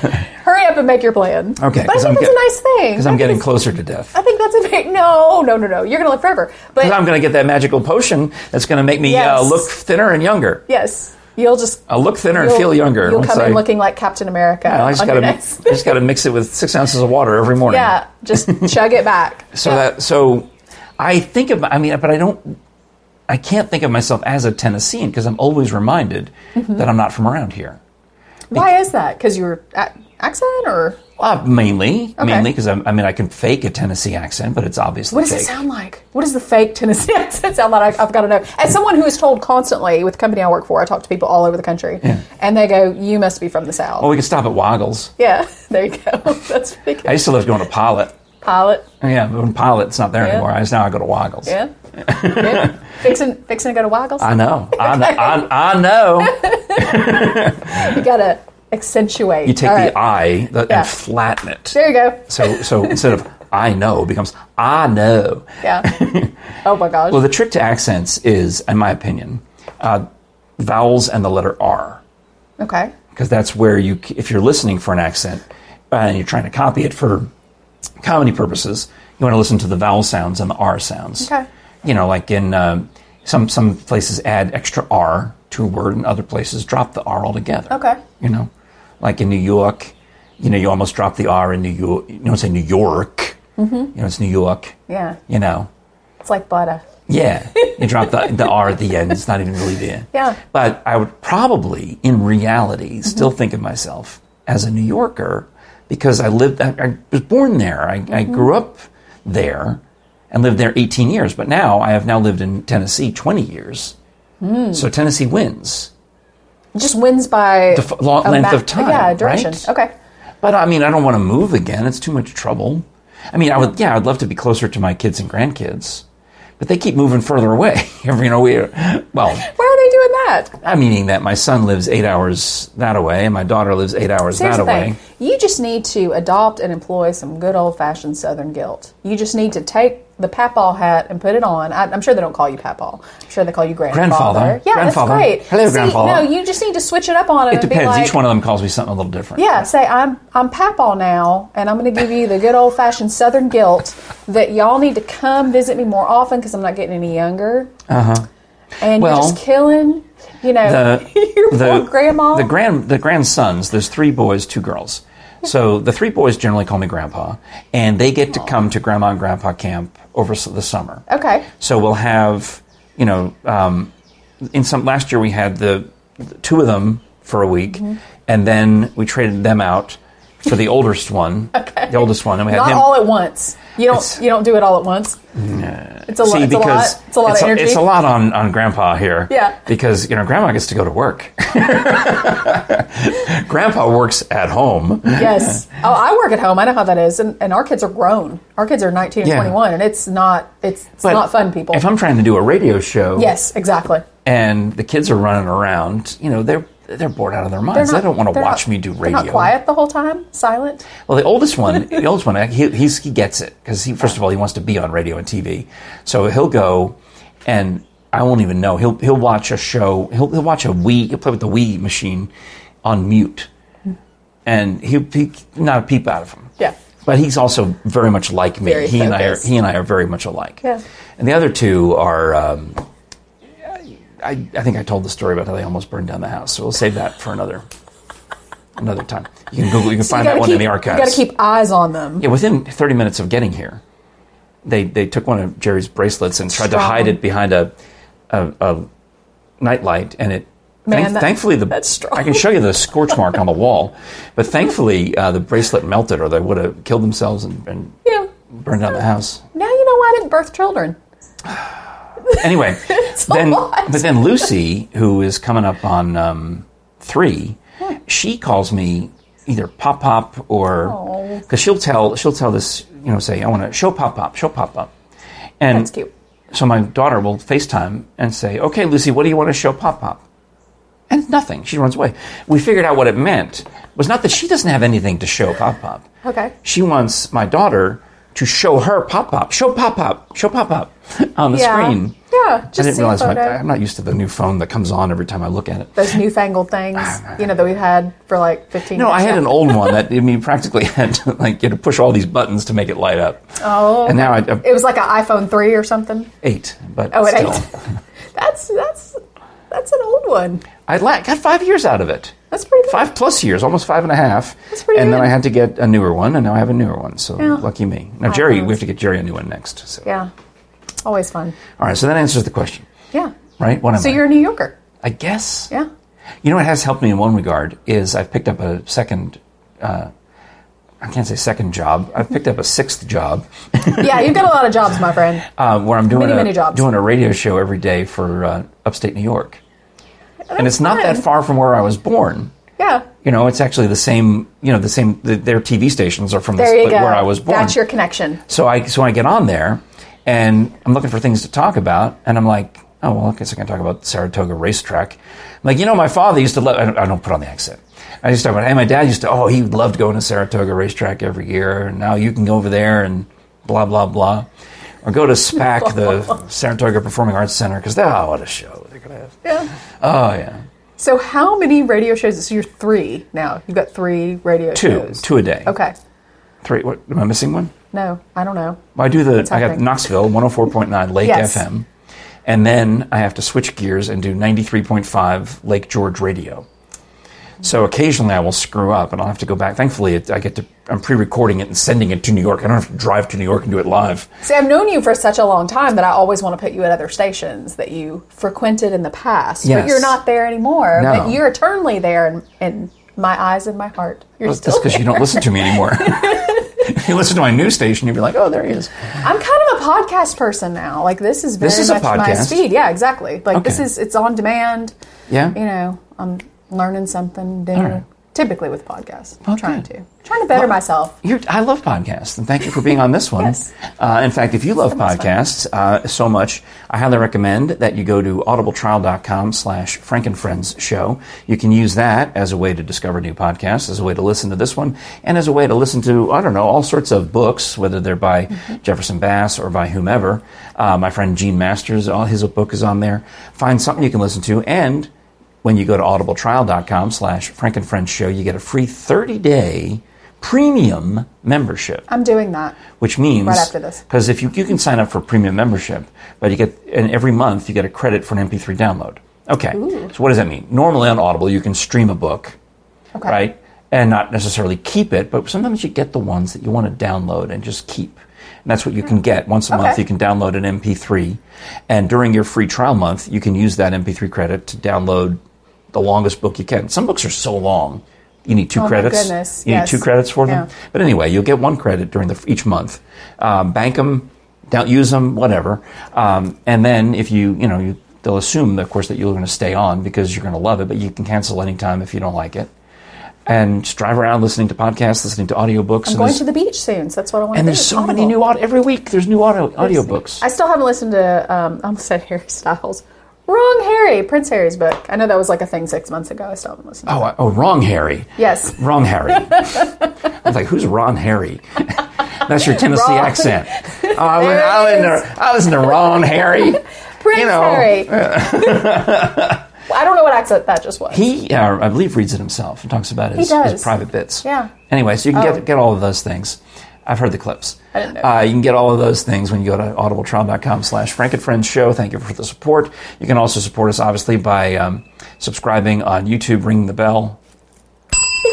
hurry up and make your plan. Okay, But I 'cause think I'm that's get- a nice thing. Because I I'm think getting it's- closer to death. I think that's a big no, no, no, no. You're gonna live forever. But I'm going to get that magical potion that's going to make me uh, Yes. look thinner and younger. yes, you'll just I'll look thinner and you'll- feel younger. You'll once come I, in looking like Captain America. I just on your gotta- next- I just got to mix it with six ounces of water every morning. yeah, just chug it back. So Yeah. that so I think of I mean, but I don't. I can't think of myself as a Tennessean because I'm always reminded Mm-hmm. that I'm not from around here. Why is that? Because you were a- accent or Uh, mainly, Okay. mainly because I mean I can fake a Tennessee accent, but it's obviously what does fake. it sound like? What does the fake Tennessee accent sound like? I, I've got to know. As someone who is told constantly with the company I work for, I talk to people all over the country, and they go, "You must be from the South." Well, we can stop at Woggles. Yeah, there you go. That's pretty I good. used to love going to Pilot. Pilot. Yeah, but when Pilot's not there anymore, I just now I go to Woggles. Yeah. yeah. Fixing, fixing to go to Waggles. I know. I know. I, I know. You gotta accentuate. You take All right. the I the, Yeah. and flatten it. There you go. So so instead of I know it becomes I know. Yeah. oh my gosh. Well, the trick to accents is, in my opinion, uh, vowels and the letter R. okay. because that's where you if you're listening for an accent uh, and you're trying to copy it for comedy purposes you want to listen to the vowel sounds and the r sounds Okay. you know like in um, some some places add extra r to a word and other places drop the r altogether Okay. you know like in new york you know you almost drop the r in new york you don't say new york mm-hmm. you know it's new york Yeah. you know It's like butter. yeah, you drop the, the R at the end. It's not even really there. Yeah. But I would probably, in reality, still think of myself as a New Yorker because I lived, I, I was born there. I, I grew up there. and lived there 18 years. But now I have now lived in Tennessee 20 years. So Tennessee wins. It just wins by Def- lo- a length ma- of time, Yeah, direction. right? Okay. But I mean, I don't want to move again. It's too much trouble. I mean, I would, yeah, I'd love to be closer to my kids and grandkids, but they keep moving further away. you know, we, well, Why are they doing that? I'm Ah, meaning that my son lives eight hours that away, and my daughter lives eight hours Here's that the away. thing. You just need to adopt and employ some good old fashioned Southern guilt. You just need to take the papaw hat and put it on. I, I'm sure they don't call you papaw. I'm sure they call you grandfather. Grandfather. Yeah, Grandfather. that's great. Hello, See, grandfather. No, you just need to switch it up on them It and depends. be like, Each one of them calls me something a little different. yeah, say I'm I'm papaw now, and I'm going to give you the good old fashioned Southern guilt that y'all need to come visit me more often because I'm not getting any younger. Uh huh. Uh-huh. And Well, you're just killing, you know, the your Uh, the poor grandma. the grand the grandsons. There's three boys, two girls. So the three boys generally call me grandpa, and they get to come to grandma and grandpa camp over s- the summer. okay. So we'll have, you know, um, in some last year we had the, the two of them for a week, Mm-hmm. and then we traded them out for the oldest one, the oldest one, and we had Not him. all at once. You don't It's- you don't do it all at once. It's a lot. See, It's a because lot. It's a lot it's of energy. it's a lot on, on Grandpa here. Yeah. Because, you know, Grandma gets to go to work. grandpa works at home. Yes. Oh, I work at home. I know how that is. And, and our kids are grown. Our kids are 19 and Yeah. 21, and it's not it's, it's But not fun, people. If I'm trying to do a radio show yes, exactly. and the kids are running around, you know, they're they're bored out of their They're minds. not- they don't want to they're watch not- me do they're radio. Not quiet the whole time. Silent. Well, the oldest one, the oldest one, he, he's, he gets it because he first of all he wants to be on radio and TV, so he'll go, and I won't even know. He'll he'll watch a show. He'll he'll watch a Wii. He'll play with the Wii machine on mute, and he'll he, not a peep out of him. Yeah. But he's also very much like me. Very he and I are focused. he and I are very much alike. Yeah. And the other two are. Um, I, I think I told the story about how they almost burned down the house, so we'll save that for another another time. You can Google, you can You find gotta that one keep, in the archives. You got to keep eyes on them. Yeah, within 30 minutes of getting here, they, they took one of Jerry's bracelets and tried to Strong. hide it behind a, a, a nightlight, and it. Man, thank- that- thankfully, the that's strong. I can show you the scorch mark on the wall, but thankfully uh, the bracelet melted, or they would have killed themselves and, and Yeah. burned down the house. Now you know why I didn't birth children. Anyway, a then lot. but then Lucy, who is coming up on um, three, Hmm. she calls me either pop pop or Aw. because she'll tell she'll tell this you know say I want to show pop pop show pop pop, and That's cute. so my daughter will FaceTime and say, "Okay, Lucy, what do you want to show Pop Pop?" And it's nothing. She runs away. We figured out what it meant was not that she doesn't have anything to show Pop Pop. Okay. She wants my daughter to show her Pop Pop. Show Pop Pop. Show Pop Pop on the Yeah. screen. Yeah. I Just didn't see realize a my, photo. I'm not used to the new phone that comes on every time I look at it. Those newfangled things, you know, that we've had for like 15 No, years. I had now. an old one that I mean practically had to, like you had to push all these buttons to make it light up. Oh. And now I, I It was like an iPhone 3 or something. eight, but Oh, it still, ain't. that's that's that's an old one. I la- got five years out of it. That's pretty good. five plus years, almost five and a half. That's pretty and then good. I had to get a newer one, and now I have a newer one. So Yeah. lucky me. Now Jerry, we phones. have to get Jerry a new one next. So. Yeah, always fun. All right, so that answers the question, Yeah. right? What am So I? you're a New Yorker. I guess. Yeah. You know what has helped me in one regard is I've picked up a second. Uh, I can't say second job. I've picked up a sixth job Yeah, you've got a lot of jobs, my friend. uh, where I'm doing Many, a, many jobs. doing a radio show every day for uh, upstate New York, and it's not fun. that far from where I was born. Yeah. You know, it's actually the same. You know, the same. The, their TV stations are from the, There you split go. where I was born. That's your connection. So I so I get on there, and I'm looking for things to talk about, and I'm like, oh well, I guess I can talk about Saratoga racetrack. I'm like, you know, my father used to love. I don't, I don't put on the accent. I just talk about, hey, my dad used to. Oh, he loved going to Saratoga racetrack every year, and now you can go over there and blah blah blah, or go to SPAC, the Saratoga Performing Arts Center, because oh, what a show they're gonna have. Yeah. Oh yeah, So how many radio shows? So you're three now. You've got three radio two, shows. two a day. Okay. three. What am I missing? One. No, I don't know. Well, I do the. I got happening? Knoxville 104.9 Lake Yes. FM, and then I have to switch gears and do 93.5 Lake George Radio. So occasionally I will screw up, and I'll have to go back. Thankfully, it, I get to. I'm pre-recording it and sending it to New York. I don't have to drive to New York and do it live. See, I've known you for such a long time that I always want to put you at other stations that you frequented in the past, Yes. but you're not there anymore. No. But you're eternally there in, in my eyes and my heart. You're That's still because you don't listen to me anymore. if you listen to my news station, you'd be like, "Oh, there he is." I'm kind of a podcast person now. Like this is very This is a much my podcast? speed. Yeah, exactly. Like this Okay. is it's on demand. Yeah. You know, I'm learning something new. right. Typically with podcasts, Well, I'm trying good. to trying to better myself. You're, I love podcasts, and thank you for being on this one. Yes. Uh, in fact, if you love most fun. podcasts uh, so much, I highly recommend that you go to audibletrial.com slash frankenfriends show. You can use that as a way to discover new podcasts, as a way to listen to this one, and as a way to listen to, I don't know, all sorts of books, whether they're by Jefferson Bass or by whomever. Uh, my friend Gene Masters, all his book is on there. Find something you can listen to, and when you go to audibletrial.com slash frankenfriends show, you get a free 30-day premium membership I'm doing that. which means Right after this. because if you, you can sign up for premium membership but you get and every month you get a credit for an mp3 download okay so what does that mean normally on audible you can stream a book Okay. right and not necessarily keep it but sometimes you get the ones that you want to download and just keep and that's what you can get once a month Hmm. Okay. you can download an mp3 and during your free trial month you can use that mp3 credit to download the longest book you can some books are so long you need two Oh my credits goodness, you yes. need two credits for them Yeah. but anyway, you'll get one credit during the, each month. Um, bank them, don't use them, whatever. Um, and then if you, you know, you, they'll assume, of course, that you're going to stay on because you're going to love it, but you can cancel anytime if you don't like it. And just drive around listening to podcasts, listening to audiobooks. I'm and going there's, to the beach soon, so that's what I want to do. and there's so many Audible. new, audio, every week there's new audio, audiobooks. I still haven't listened to. Um, I almost said Harry Styles. Wrong Harry, Prince Harry's book. I know that was like a thing six months ago. I still haven't listened. To Oh, I- oh, wrong Harry. Yes. Wrong Harry. I was like, who's Ron Harry? That's your Tennessee Ron. accent. Oh, I, went, There it I, went is. to, I listened to Ron Harry. it. Prince you know, Harry. I don't know what accent that just was. He, uh, I believe, reads it himself and talks about his, does. his private bits. Yeah. Anyway, so you can Oh. get, get all of those things. I've heard the clips. I didn't know. Uh, you can get all of those things when you go to audibletrial.com slash frankenfriends show. Thank you for the support. You can also support us, obviously, by um, subscribing on YouTube, ringing the bell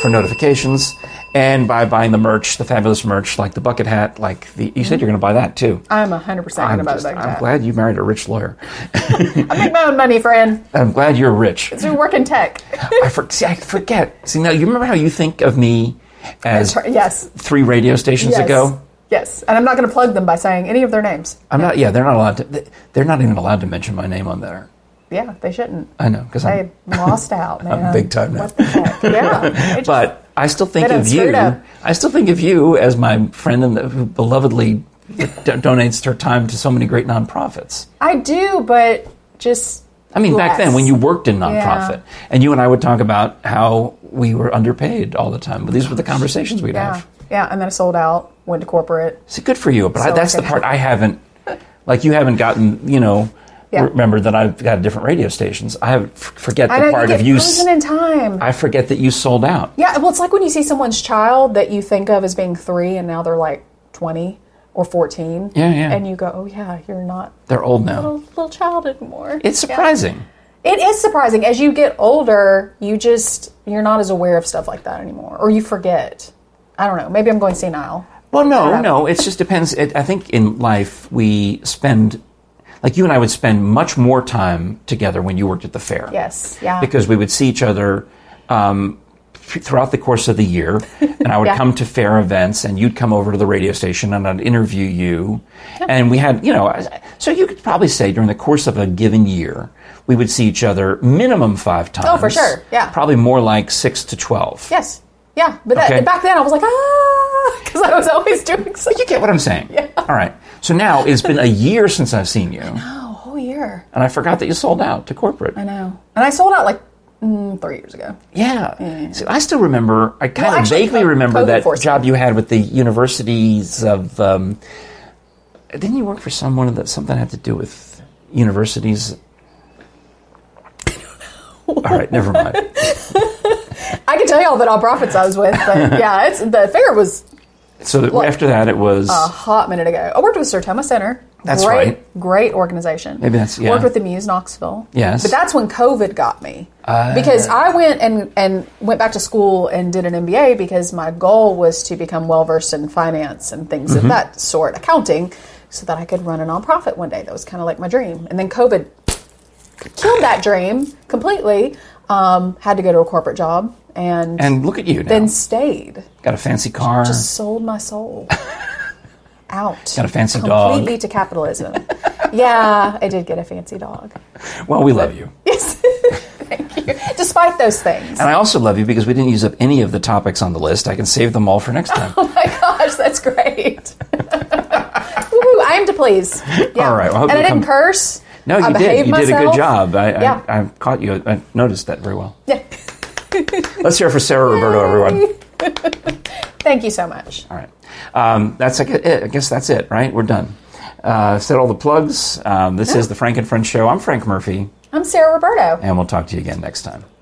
for notifications, and by buying the merch, the fabulous merch, like the bucket hat, like the... You said you're going to buy that, too. I'm 100 percent I'm, about just- the bucket I'm hat. glad you married a rich lawyer. I make my own money, friend. I'm glad you're rich. So we work in tech. I, for, see, I forget. See, now you remember how you think of me as yes. three radio stations Yes. ago? Yes. And I'm not going to plug them by saying any of their names. I'm not. Yeah, they're not allowed to. they- They're not even allowed to mention my name on there. Yeah, they shouldn't. I know because They I'm. lost out, man. big time now. uh, What the heck? Yeah. They just- But I still think They done of screwed you. up. I still think of you as my friend and the, who belovedly d- donates her time to so many great nonprofits. I do, but just. I mean, back then less. when you worked in nonprofit, and you and I would talk about how we were underpaid all the time. But these were the conversations we'd Yeah. have. Yeah. And then I sold out, went to corporate. It's good for you, but I, So that's I the can- part I haven't. Like you haven't gotten, you know. Yeah. Remember that I've got different radio stations. I have, forget the I know part you get of you. s- frozen in time. I forget that you sold out. yeah, well, it's like when you see someone's child that you think of as being three, and now they're like twenty or fourteen. Yeah, yeah. And you go, oh yeah, you're not They're old a now. little child anymore. It's surprising. It is surprising as you get older. You just you're not as aware of stuff like that anymore, or you forget. I don't know. Maybe I'm going senile. Well, no, Yeah. no. It just depends. It, I think in life we spend, like you and I would spend much more time together when you worked at the fair. Yes. Yeah. Because we would see each other um, th- throughout the course of the year, and I would Yeah. come to fair events, and you'd come over to the radio station, and I'd interview you, and we had, you know, I- so you could probably say during the course of a given year. We would see each other minimum five times. Oh, for sure. Yeah. Probably more like six to twelve. yes. Yeah. But that, Okay. back then I was like ah, because I was always doing such You get what I'm saying? Yeah. All right. So now it's been a year since I've seen you, and a whole year. I forgot that you sold out to corporate. I know. And I sold out like mm, three years ago. Yeah. So I still remember. I kind Well, of actually, vaguely co- remember COVID that forced job you had with the universities of. Um, didn't you work for someone that something had to do with universities? All right, never mind. I can tell you all the nonprofits I was with, but yeah, it's the fair was So that after that, it was a hot minute ago. I worked with Sir Thomas Center. That's great, right. Great organization. Maybe that's- yeah. Worked with the Muse Knoxville. Yes. Ah. But that's when COVID got me. because I went and, and went back to school and did an MBA because my goal was to become well versed in finance and things Mm-hmm. of that sort, accounting, so that I could run a nonprofit one day. That was kind of like my dream. And then COVID killed that dream completely. Um, had to go to a corporate job and, and look at you now. then stayed. Got a fancy car. Sold my soul. out. Got a fancy completely dog. Completely to capitalism. yeah, I did get a fancy dog. Well, we love you. Yes. Thank you. Despite those things. And I also love you because we didn't use up any of the topics on the list. I can save them all for next time. Oh my gosh, that's great. Woo, I am to please. Yeah. All right, well, I hope and I you didn't come- curse. No, I you did. behaved You did a good myself. job. I, Yeah. I, I caught you. I noticed that very well. Yeah. Let's hear it for Sarah Roberto, everyone. Thank you so much. All right. Um, that's like it. I guess that's it, right? We're done. Uh, said all the plugs. Um, this is the Frank and Friends Show. I'm Frank Murphy, I'm Sarah Roberto. and we'll talk to you again next time.